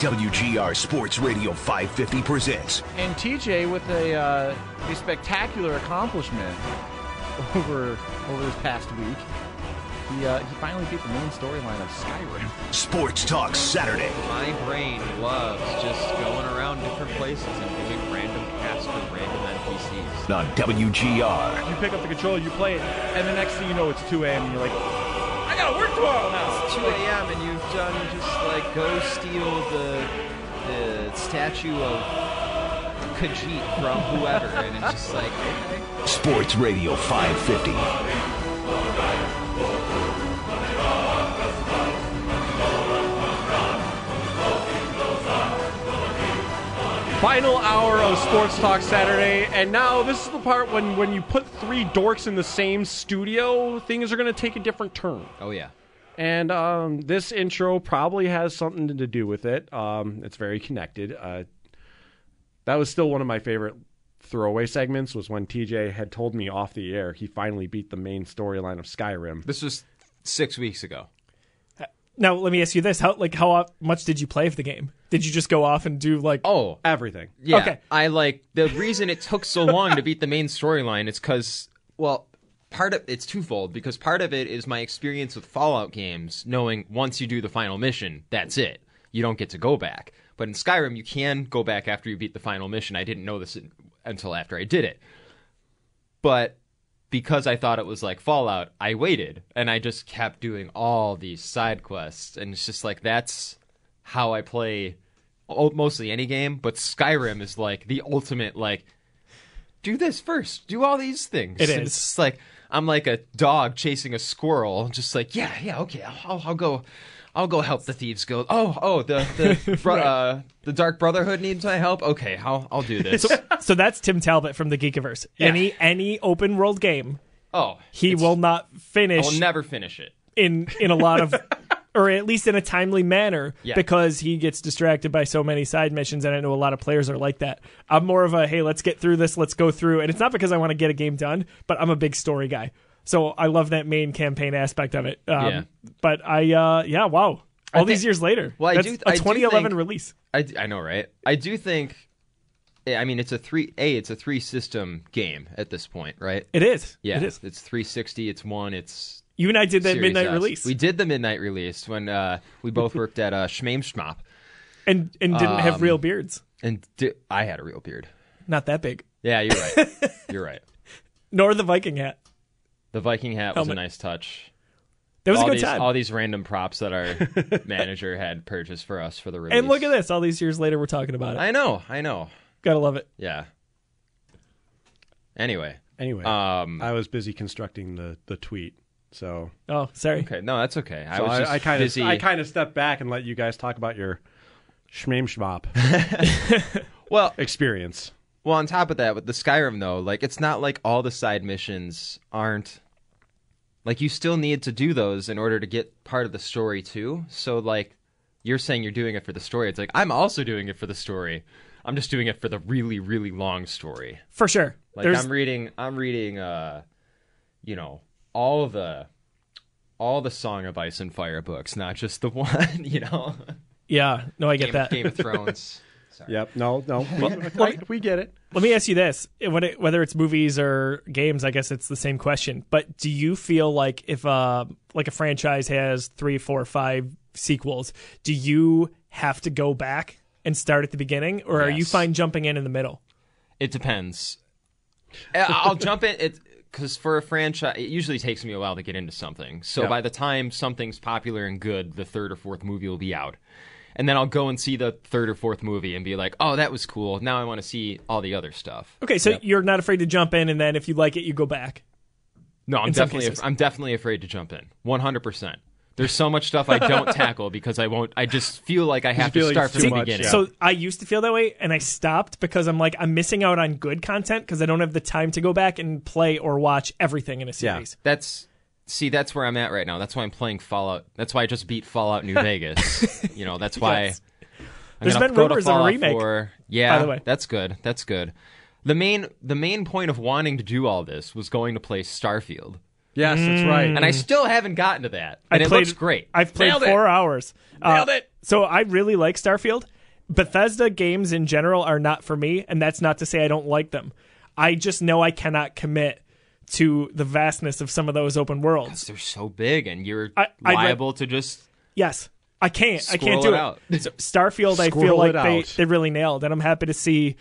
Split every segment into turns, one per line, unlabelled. WGR Sports Radio 550 presents
And TJ with a, uh, a spectacular accomplishment over over this past week. He, uh, he finally beat the main storyline of Skyrim.
Sports Talk Saturday.
My brain loves just going around different places and doing random casts with random NPCs.
On WGR,
You pick up the controller, you play it, and the next thing you know, it's 2 a.m. and you're like, I gotta work tomorrow now.
It's 2 a.m. and you've done just like go steal the the statue of Khajiit from whoever, and it's just like okay.
Sports Radio 550.
Final hour of Sports Talk Saturday, and now this is the part when when you put three dorks in the same studio, things are gonna take a different turn.
oh yeah.
And um, this intro probably has something to do with it. Um, it's very connected. Uh, that was still one of my favorite throwaway segments. Was when TJ had told me off the air he finally beat the main storyline of Skyrim.
This was six weeks ago.
Now let me ask you this: How like how o- much did you play of the game? Did you just go off and do like?
Oh,
Everything.
Yeah,
Okay.
I like the reason it took so long to beat the main storyline is because well, part of it's twofold because part of it is my experience with Fallout games, knowing once you do the final mission, that's it. You don't get to go back. But in Skyrim, you can go back after you beat the final mission. I didn't know this until after I did it. But because I thought it was like Fallout, I waited and I just kept doing all these side quests, and it's just like that's how I play o- mostly any game. But Skyrim is like the ultimate like do this first, do all these things.
It
And
is.
It's just like I'm like a dog chasing a squirrel, just like yeah, yeah, okay, I'll, I'll, I'll go. I'll go help the thieves go. Oh, oh, the the bro- uh, the Dark Brotherhood needs my help. Okay, I'll I'll do this.
So that's Tim Talbot from the Geekiverse. Any any open world game,
oh,
he
it's-
will not
I
finish
will never finish it.
in in a lot of. Or at least in a timely manner,
Yeah.
because he gets distracted by so many side missions, and I know a lot of players are like that. I'm more of a hey, let's get through this, let's go through, and it's not because I want to get a game done, but I'm a big story guy, so I love that main campaign aspect of it. Um,
Yeah.
But I, uh, yeah, wow, all these
think-
years later,
Well, I
that's
do-
a
I do
2011
think-
release.
I, d- I know, right? I do think. I mean, it's a three. A, it's a three system game at this point, right?
It is.
Yeah,
It is.
It's 360. It's one. It's
You and I did that
Series
midnight
S.
release
We did the midnight release when uh, we both worked at uh, Schmame Schmop,
and and didn't
Um,
have real beards.
and di- I had a real beard.
Not that big.
Yeah, you're right. you're right.
Nor the Viking hat.
The Viking hat was a
Helmet.
nice touch.
That was
all
a good
these
time.
all these random props that our manager had purchased for us for the release.
and look at this. All these years later, we're talking about it.
I know. I know.
Gotta love it.
Yeah. Anyway.
Anyway,
Um.
I was busy constructing the the tweet, so,
Oh, sorry.
Okay. No, that's okay. I
so
was just
I, I kind of
busy.
I kind of stepped back and let you guys talk about your shmame shmop
well,
experience.
Well, on top of that, with the Skyrim though, like it's not like all the side missions aren't like you still need to do those in order to get part of the story too. So like you're saying you're doing it for the story. It's like I'm also doing it for the story. I'm just doing it for the really really long story.
For sure.
Like
There's
I'm reading I'm reading uh you know, all the all the Song of Ice and Fire books, not just the one, you know.
yeah. No, I get
Game,
that.
Game of Thrones.
Yep. No. No. We, I- we get it.
Let me ask you this: when it, whether it's movies or games, I guess it's the same question. But do you feel like if uh, like a franchise has three, four, five sequels, do you have to go back and start at the beginning, or are you
Yes.
fine jumping in in the middle?
It depends. I- I'll jump in it because for a franchise, it usually takes me a while to get into something. So by the time something's popular and good, the third or fourth movie will be out, and then I'll go and see the third or fourth movie and be like, "Oh, that was cool. Now I want to see all the other stuff."
Okay, so you're not afraid to jump in, and then if you like it, you go back.
No, I'm
In some
definitely
cases.
I'm definitely afraid to jump in. 100. percent There's so much stuff I don't tackle because I won't. I just feel like I have
feel
to
like
start
it's
from
too
the
much,
beginning.
yeah.
So I used to feel that way, and I stopped because I'm like I'm missing out on good content because I don't have the time to go back and play or watch everything in a
Yeah.
series.
that's see that's where i'm at right now that's why i'm playing fallout that's why i just beat fallout new vegas you know that's why
Yes.
I'm
There's
gonna
been
go to
rumors of a
Fallout
remake,
4. yeah
by the way.
that's good that's good the main the main point of wanting to do all this was going to play starfield
Yes, that's right.
and i still haven't gotten to that and it looks great
I've Mm. played
Nailed it.
four hours. Uh,
Nailed it.
So I really like Starfield. Bethesda games in general are not for me, and that's not to say I don't like them. I just know I cannot commit to the vastness of some of those open worlds.
they're so big and you're
I- I'd like-
liable to just
Yes, I can't. I
Squirrel
can't do
it
it.
out.
So Starfield, I feel
Squirrel
like
it
they,
out.
they really nailed, and I'm happy to see,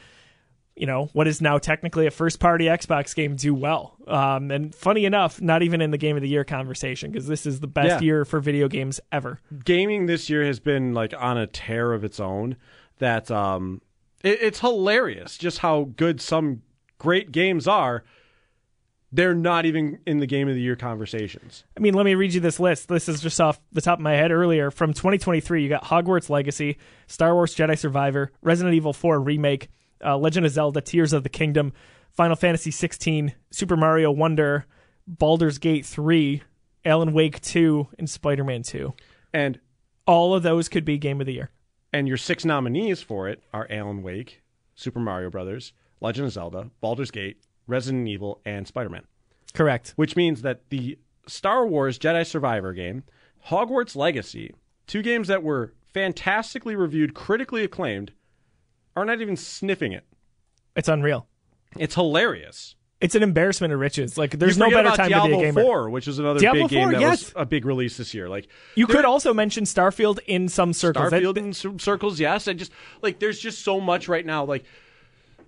you know, what is now technically a first party Xbox game do well. Um, and funny enough, not even in the game of the year conversation because this is the best
Yeah.
year for video games ever.
gaming this year has been like on a tear of its own that um it, it's hilarious just how good some great games are they're not even in the game of the year conversations
I mean, let me read you this list. This is just off the top of my head earlier. From 2023, you got Hogwarts Legacy, Star Wars Jedi Survivor, Resident Evil 4 Remake, uh, Legend of Zelda Tears of the Kingdom, Final Fantasy 16, Super Mario Wonder, Baldur's Gate 3, Alan Wake 2, and Spider Man 2.
and
All of those could be Game of the Year.
and your six nominees for it are alan wake super mario brothers legend of zelda baldur's gate resident evil and spider-man
Correct.
which means that the Star Wars Jedi Survivor game, Hogwarts Legacy, two games that were fantastically reviewed, critically acclaimed, are not even sniffing it.
It's unreal.
It's hilarious.
It's an embarrassment of riches. Like, there's no
you forget
better
about
time
Diablo
to be a gamer.
4, which is another
Diablo
big game
4,
that
yes.
was a big release this year. Like
You could also mention Starfield in some circles. That-
Starfield in some circles, yes. And just like there's just so much right now. Like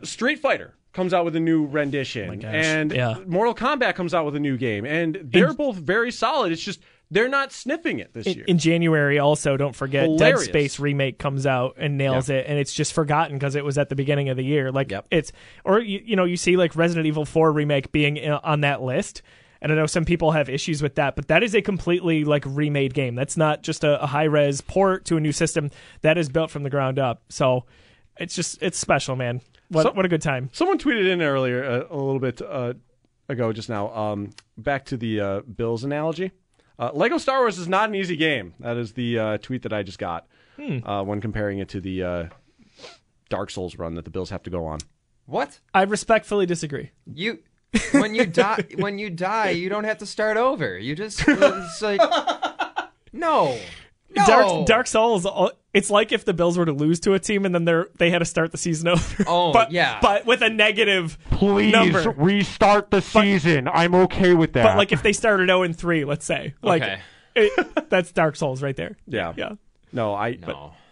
Street Fighter comes out with a new rendition, and
Oh yeah.
Mortal Kombat comes out with a new game, and they're both very solid. It's just they're not sniffing it this
in,
year.
in January, also, don't forget,
Hilarious.
Dead Space remake comes out and nails it, and it's just forgotten because it was at the beginning of the year. Like
Yep.
it's, or you, you know, you see like Resident Evil Four remake being in, on that list, and I know some people have issues with that, but that is a completely like remade game. That's not just a, a high res port to a new system. That is built from the ground up. So it's just it's special, man. What
So-
what a good time.
Someone tweeted in earlier uh, a little bit uh, ago, just now. Um, back to the uh, Bills analogy. Uh, Lego Star Wars is not an easy game. That is the uh, tweet that I just got
Hmm.
uh, when comparing it to the uh, Dark Souls run that the Bills have to go on.
what
I respectfully disagree.
you when you die when you die you don't have to start over you just it's like no no.
Dark Dark Souls. all- It's like if the Bills were to lose to a team and then they are they had to start the season over.
Oh,
but,
yeah.
But with a negative number.
restart the season. I'm okay with that.
but like if they started zero and three, let's say, like
Okay.
it- that's Dark Souls right there.
Yeah.
Yeah.
No, I
No.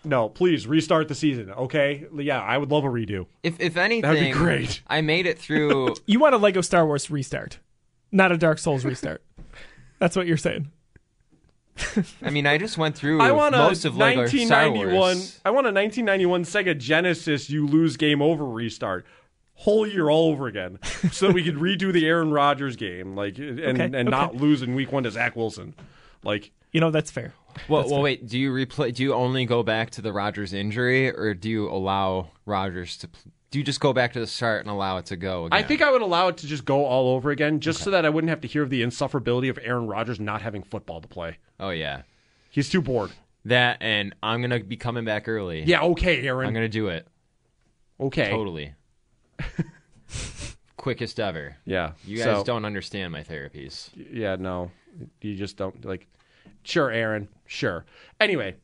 But, no. Please restart the season. Okay. Yeah, I would love a redo.
If if anything,
great.
I made it through.
You want a Lego Star Wars restart, not a Dark Souls restart. that's what you're saying.
I mean, I just went through
I want a
most of Lego Star
1991.
Wars.
I want a 1991 Sega Genesis. You lose game over restart. Whole year all over again, so that we could redo the Aaron Rodgers game, like and and
okay.
not lose in week one to Zach Wilson. Like
You know that's fair.
Well, well, wait. Do you replay? Do you only go back to the Rogers injury, or do you allow Rogers to? pl- Do you just go back to the start and allow it to go again?
I think I would allow it to just go all over again, just so that I wouldn't have to hear of the insufferability of Aaron Rodgers not having football to play.
oh yeah,
He's too bored.
that and I'm gonna be coming back early.
Yeah, okay, Aaron.
I'm gonna do it
okay,
totally. Quickest ever.
Yeah,
You guys
so-
don't understand my therapies.
yeah, no, you just don't like. Sure, Aaron. Sure. Anyway,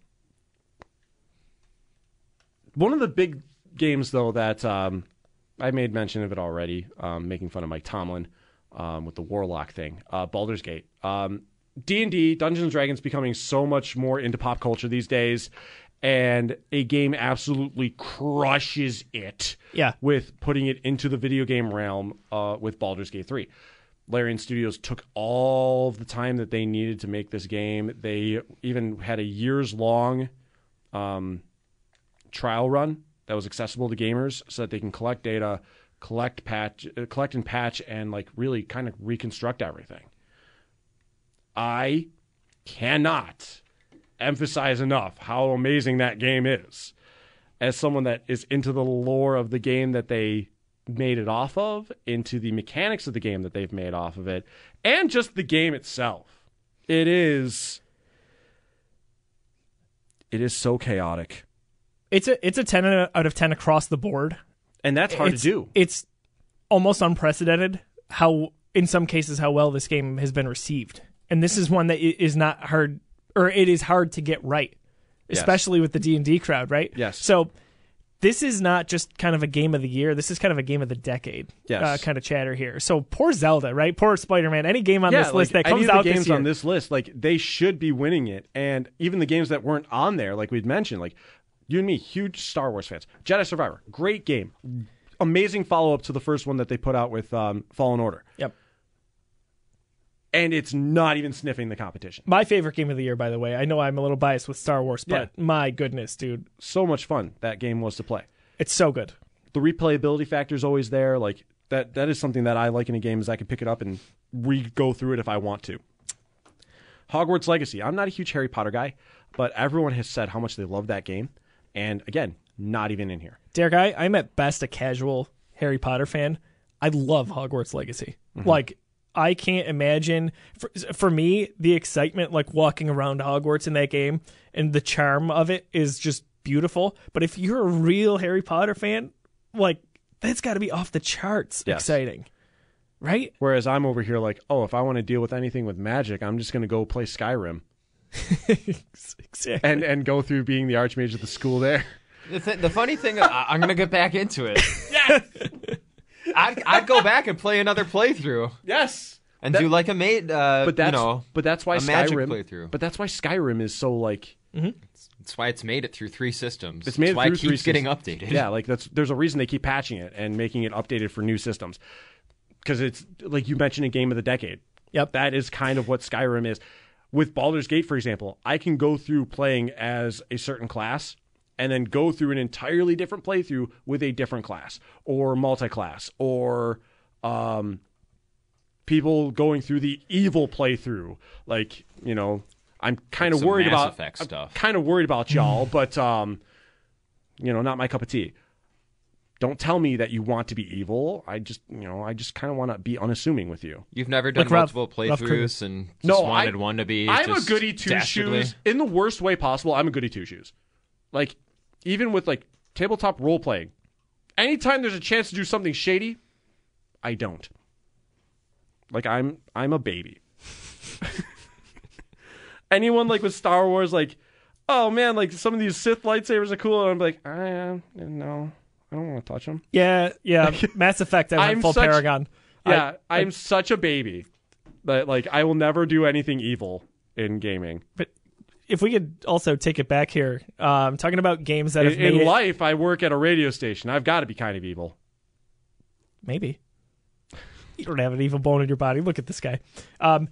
one of the big games though that um, I made mention of it already, um, making fun of Mike Tomlin um, with the Warlock thing, uh, Baldur's Gate. Um, D and D, Dungeons and Dragons, becoming so much more into pop culture these days, and a game absolutely crushes it
Yeah.
with putting it into the video game realm uh, with Baldur's Gate 3. Larian Studios took all of the time that they needed to make this game. They even had a years long um, trial run that was accessible to gamers so that they can collect data, collect patch, uh, collect and patch, and like really kind of reconstruct everything. I cannot emphasize enough how amazing that game is. As someone that is into the lore of the game that they made it off of, into the mechanics of the game that they've made off of it, and just the game itself, it is. It is so chaotic,
It's a it's a ten out of ten across the board.
and that's hard
it's,
to do.
It's almost unprecedented how, in some cases, how well this game has been received. And this is one that i- is not hard, or it is hard to get right, especially with the D and D crowd, right?
Yes.
So this is not just kind of a game of the year. This is kind of a game of the decade.
Yes.
Uh, kind of chatter here. So poor Zelda, right? Poor Spider Man. Any game on
yeah,
this list
like,
that comes
any of the
out
games
this year.
on this list, like they should be winning it. And even the games that weren't on there, like we'd mentioned, like you and me, huge Star Wars fans. Jedi Survivor, great game, amazing follow up to the first one that they put out with um, Fallen Order,
Yep.
and it's not even sniffing the competition.
My favorite game of the year, by the way. I know I'm a little biased with Star Wars, but
Yeah.
my goodness, dude,
So much fun that game was to play.
it's so good.
The replayability factor is always there. Like that, that is something that I like in a game is I can pick it up and re go through it if I want to. Hogwarts Legacy. I'm not a huge Harry Potter guy, but everyone has said how much they love that game. And again, not even in here.
Derek, I, I'm at best a casual Harry Potter fan. I love Hogwarts Legacy.
Mm-hmm.
Like, I can't imagine. For, for me, the excitement, like walking around Hogwarts in that game and the charm of it is just beautiful. But if you're a real Harry Potter fan, like, that's got to be off the charts
Yes.
exciting, right?
Whereas I'm over here like, oh, if I want to deal with anything with magic, I'm just going to go play Skyrim
Exactly.
and and go through being the archmage of the school there.
The, th- the funny thing, uh, I- I'm gonna get back into it. I'd, I'd go back and play another playthrough
Yes.
and
That-
do like a mate. Uh,
But that's
you know,
but that's why
a magic
Skyrim
playthrough.
But that's why Skyrim is so like
that's why it's made it through three systems.
It's made
That's
it
why
through
it
three
keeps getting
systems.
updated.
Yeah, like that's there's a reason they keep patching it and making it updated for new systems. Because it's like you mentioned a game of the decade.
Yep.
That is kind of what Skyrim is. With Baldur's Gate, for example, I can go through playing as a certain class and then go through an entirely different playthrough with a different class or multi class or um, people going through the evil playthrough. Like, you know, I'm kind of
some
worried
Mass
about
Effect stuff.
kind of worried about y'all, but um, you know, not my cup of tea. Don't tell me that you want to be evil. I just, you know, I just kind of want to be unassuming with you.
You've never done
Like Ralph-
multiple
Ralph
playthroughs and just
No, I-
wanted one to be.
I'm a
just
goody two
dastardly?
shoes in the worst way possible. I'm a goody two shoes. Like even with like tabletop role playing, anytime there's a chance to do something shady, I don't. Like I'm I'm a baby. Anyone like with Star Wars, like, oh man, like some of these Sith lightsabers are cool, and I'm like, I uh, no, I don't want to touch them.
yeah, yeah. Mass Effect, I went
I'm
full
such-
Paragon. I-
Yeah, I, am such a baby that like I will never do anything evil in gaming.
if we could also take it back here, um, talking about games that
In,
have made
in
it-
life, I work at a radio station. I've got to be kind of evil.
Maybe. You don't have an evil bone in your body. Look at this guy. Um,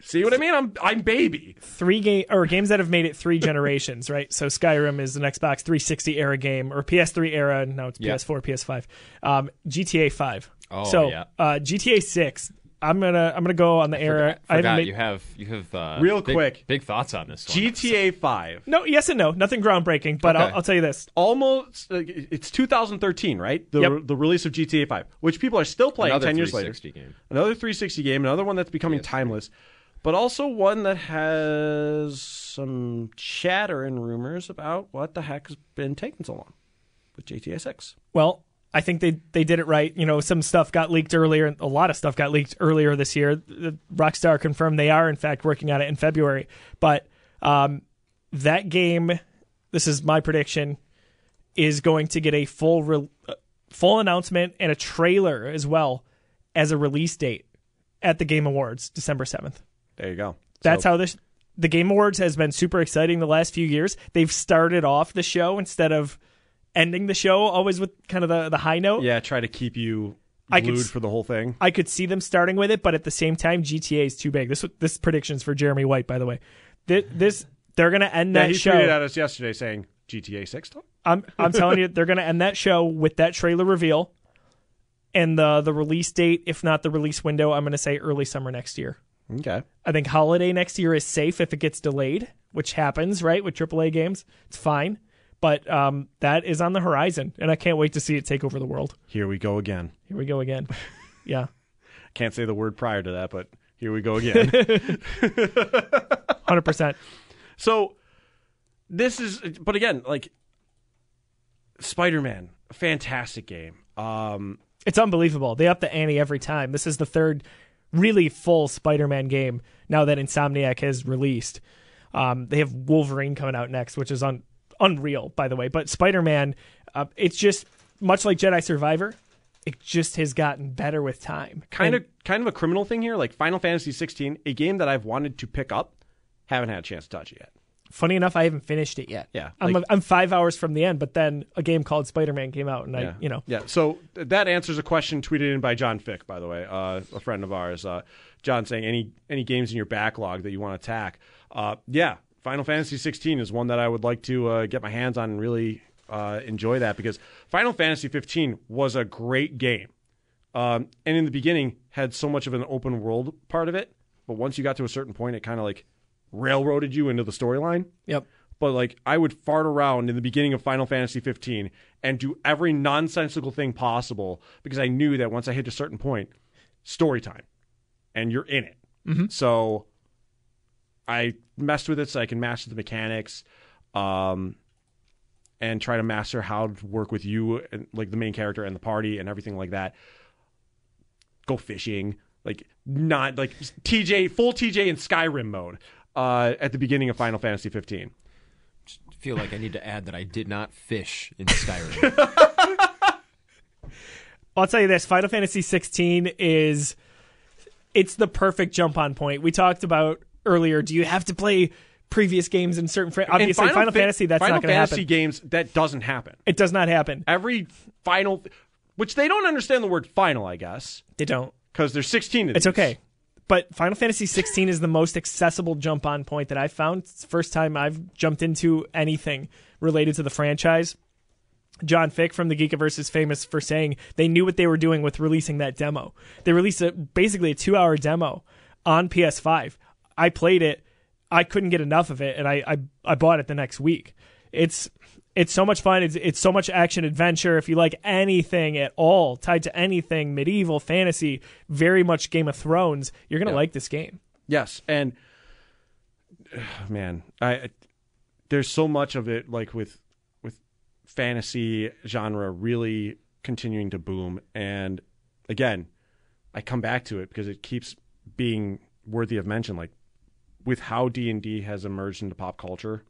See what I mean? I'm I'm baby.
three game or games that have made it three generations, right? So Skyrim is an Xbox 360 era game or PS3 era. and Now it's
Yeah.
PS4, PS5. Um, GTA 5.
Oh,
so
yeah.
uh, GTA 6. I'm gonna I'm gonna go on the era.
Forgot, forgot
haven't made-
you have you have uh,
Real
big-
quick.
big thoughts on this. One.
GTA Five.
no, yes and no, nothing groundbreaking. But
Okay.
I'll, I'll tell you this.
Almost, like, it's 2013, right? The,
Yep.
the release of GTA 5, which people are still playing
Another
10 years later.
360 game.
Another 360 game, another one that's becoming timeless, but also one that has some chatter and rumors about what the heck has been taking so long with GTA 6.
Well, I think they they did it right. You know, some stuff got leaked earlier. A lot of stuff got leaked earlier this year. The- Rockstar confirmed they are in fact working on it in February. But um, that game, this is my prediction, is going to get a full re- uh, full announcement and a trailer as well as a release date at the Game Awards, December seventh.
There you go.
That's
So
how this the Game Awards has been super exciting the last few years. They've started off the show instead of ending the show always with kind of the, the high note.
Yeah, try to keep you
I could
glued
s-
for the whole thing.
I could see them starting with it, but at the same time, GTA is too big. This this predictions for Jeremy White, by the way. This, this they're gonna end
Yeah,
that
he tweeted at
show.
us yesterday saying GTA Six. Tom?
I'm I'm telling you, they're gonna end that show with that trailer reveal, and the the release date, if not the release window, I'm gonna say early summer next year.
Okay.
I think holiday next year is safe if it gets delayed, which happens, right? With AAA games, it's fine. But um, that is on the horizon, and I can't wait to see it take over the world.
Here we go again.
Here we go again. Yeah,
Can't say the word prior to that, but here we go again.
hundred percent.
so this is, but again, like Spider Man, fantastic game. Um,
It's unbelievable. They up the ante every time. This is the third really full Spider-Man game now that Insomniac has released. Um, they have Wolverine coming out next, which is un- unreal, by the way. But Spider-Man, uh, it's just much like Jedi Survivor. It just has gotten better with time.
kind of, kind of a criminal thing here. Like Final Fantasy 16, a game that I've wanted to pick up, haven't had a chance to touch it yet.
Funny enough, I haven't finished it yet.
Yeah,
I'm
like-
I'm five hours from the end, but then a game called Spider-Man came out, and I, you know,
Yeah. So th- that answers a question tweeted in by John Fick, by the way, uh, a friend of ours. Uh, John saying any any games in your backlog that you want to attack. Uh, yeah, Final Fantasy 16 is one that I would like to uh, get my hands on and really uh, enjoy that because Final Fantasy 15 was a great game, um, and in the beginning had so much of an open world part of it, but once you got to a certain point, it kind of like railroaded you into the storyline
yep.
but like I would fart around in the beginning of Final Fantasy 15 and do every nonsensical thing possible because I knew that once I hit a certain point, story time, and you're in it. So I messed with it so I can master the mechanics, um, and try to master how to work with you and like the main character and the party and everything like that. Go fishing, like not like TJ full TJ in Skyrim mode uh, at the beginning of Final Fantasy 15.
feel like I need to add that I did not fish in Skyrim.
Well, I'll tell you this: Final Fantasy 16 is it's the perfect jump on point. We talked about earlier. Do you have to play previous games in certain? Fra-
And
obviously, Final,
Fa-
Fantasy that's
Final
not going to
Fantasy
happen.
games that doesn't happen.
it does not happen.
Every final, which they don't understand the word final, I guess,
They don't.
because there's 16 of
It's
these.
okay. But Final Fantasy 16 is the most accessible jump on point that I've found. It's the first time I've jumped into anything related to the franchise. John Fick from the Geekiverse is famous for saying they knew what they were doing with releasing that demo. They released a, basically a two hour demo on PS5. I played it. I couldn't get enough of it, and I, I, I bought it the next week. It's it's so much fun. It's it's so much action adventure. If you like anything at all tied to anything medieval fantasy, very much Game of Thrones, you're gonna like this game.
Yes, and ugh, man, I I- there's so much of it like with with fantasy genre really continuing to boom, and again, I come back to it because it keeps being worthy of mention. Like with how D and D has emerged into pop culture,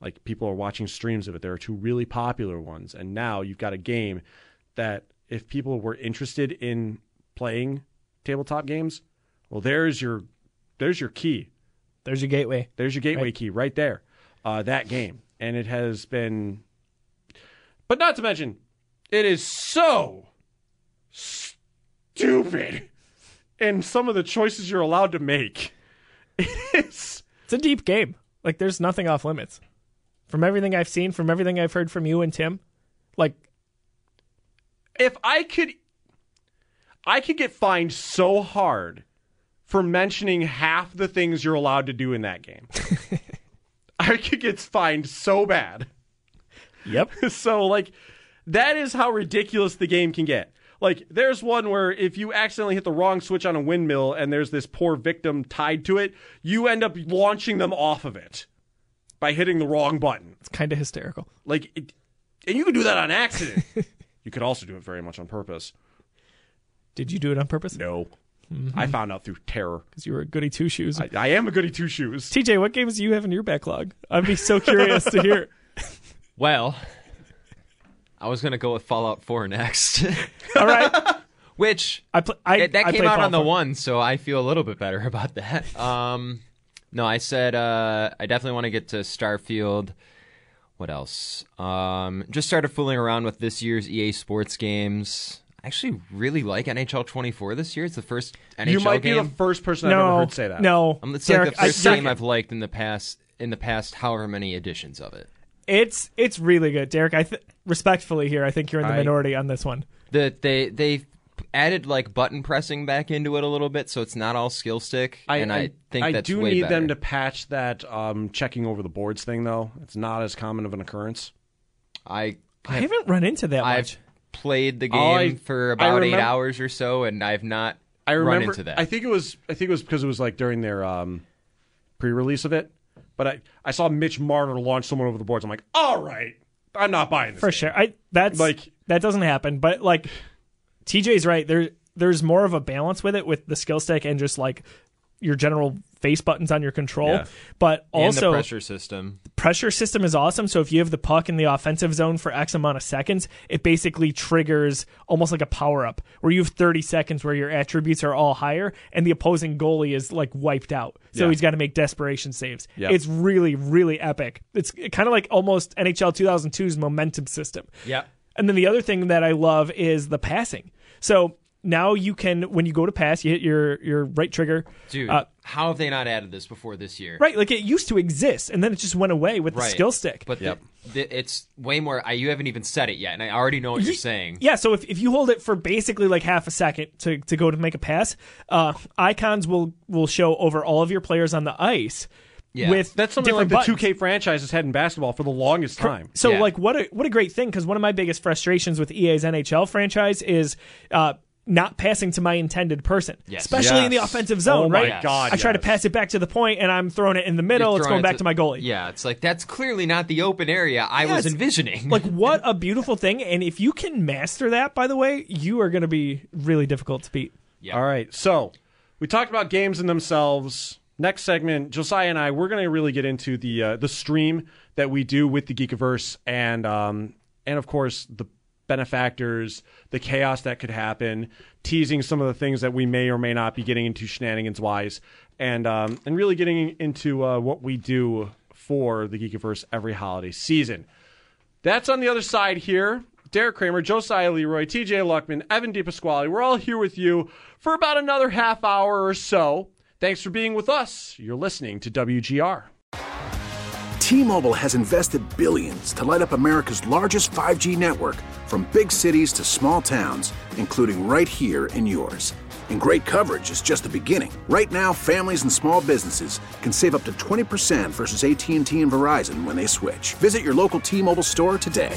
like people are watching streams of it. There are two really popular ones, and now you've got a game that if people were interested in playing tabletop games, well, there's your there's your key.
There's your gateway.
There's your gateway key right there. Uh, that game, and it has been, but not to mention, it is so stupid, and some of the choices you're allowed to make. It is.
It's a deep game. Like there's nothing off limits. From everything I've seen, from everything I've heard from you and Tim, like
if I could, I could get fined so hard for mentioning half the things you're allowed to do in that game. I could get fined so bad.
Yep.
so like that is how ridiculous the game can get. Like there's one where if you accidentally hit the wrong switch on a windmill and there's this poor victim tied to it, you end up launching them off of it by hitting the wrong button.
It's kind of hysterical.
Like it, and you can do that on accident. you could also do it very much on purpose.
Did you do it on purpose?
No. I found out through terror.
Because you were a goody two shoes.
I, I am a goody two shoes.
TJ, what games do you have in your backlog? I'd be so curious to hear.
well, I was gonna go with Fallout 4 next,
All right.
which
I pl- I,
that, that
I
came
played
out
Fallout
on the
4.
one, so I feel a little bit better about that. Um, No, I said uh, I definitely want to get to Starfield. What else? Um, just started fooling around with this year's EA Sports games. I actually really like NHL 24 this year. It's the first NHL
you might
game.
be the first person I've
no,
ever heard say that.
no.
Um, it's
Derek,
like the
I
first
suck
game
at-
I've liked in the past in the past however many editions of it.
It's it's really good, Derek. I th- respectfully here, I think you're in the
I-
minority on this one.
The they they added like button pressing back into it a little bit, so it's not all skill stick. and I, think
I
that's
do
way
need them to
better.
patch that um, checking over the boards thing though. It's not as common of an occurrence.
I
I haven't run into that much.
I've played the game
All I-
for
I
about eight
remem-
hours or so, and I've not
I remember.
run into that.
I think it was. I think it was because it was like during their um, pre-release of it. But I, I saw Mitch Marner launch someone over the boards. I'm like, all right, I'm not buying this.
For
game."
sure. I that's
Like-
like that doesn't happen, but like TJ's right. There there's more of a balance with it with the skill stick and just like your general face buttons on your control.
Yeah.
But
and
also
the pressure system.
pressure system is awesome. So if you have the puck in the offensive zone for X amount of seconds, it basically triggers almost like a power up where you have 30 seconds where your attributes are all higher and the opposing goalie is like wiped out. So
Yeah.
he's got to make desperation saves.
Yeah.
It's really, really epic. It's kind of like almost NHL 2002's momentum system.
Yeah.
And then the other thing that I love is the passing. So now you can, when you go to pass, you hit your, your right trigger.
Dude,
Uh,
how have they not added this before this year?
right. Like it used to exist and then it just went away with the
Right.
skill stick.
But the- the- it's way more. I, you haven't even said it yet, and I already know what you're saying.
Yeah, so if, if you hold it for basically like half a second to, to go to make a pass, uh, icons will will show over all of your players on the ice
Yeah.
with
That's something like
different
the
buttons.
2K franchises had in basketball for the longest time.
So
Yeah.
like what a what a great thing because one of my biggest frustrations with E EA's NHL franchise is uh, not passing to my intended person,
Yes.
especially in the
Yes.
offensive zone.
Oh my
right?
God,
I try to
yes.
pass it back to the point and I'm throwing it in the middle.
You're
It's
throwing
going
it
back to my goalie.
Yeah, it's like that's clearly not the open area I
Yeah,
was
it's-
envisioning.
Like what a beautiful thing! And if you can master that, by the way, you are going to be really difficult to beat.
Yeah.
All right. So we talked about games in themselves. Next segment, Josiah and I, we're going to really get into the uh, the stream that we do with the Geekiverse and um, and of course the benefactors, the chaos that could happen, teasing some of the things that we may or may not be getting into shenanigans wise, and um, and really getting into uh, what we do for the Geekiverse every holiday season. That's on the other side here. Derek Kramer, Josiah Leroy, TJ Luckman, Evan DePasquale. We're all here with you for about another half hour or so. Thanks for being with us. You're listening to WGR.
T-Mobile has invested billions to light up America's largest 5G network from big cities to small towns, including right here in yours. And great coverage is just the beginning. Right now, families and small businesses can save up to 20% versus AT&T and Verizon when they switch. Visit your local T-Mobile store today.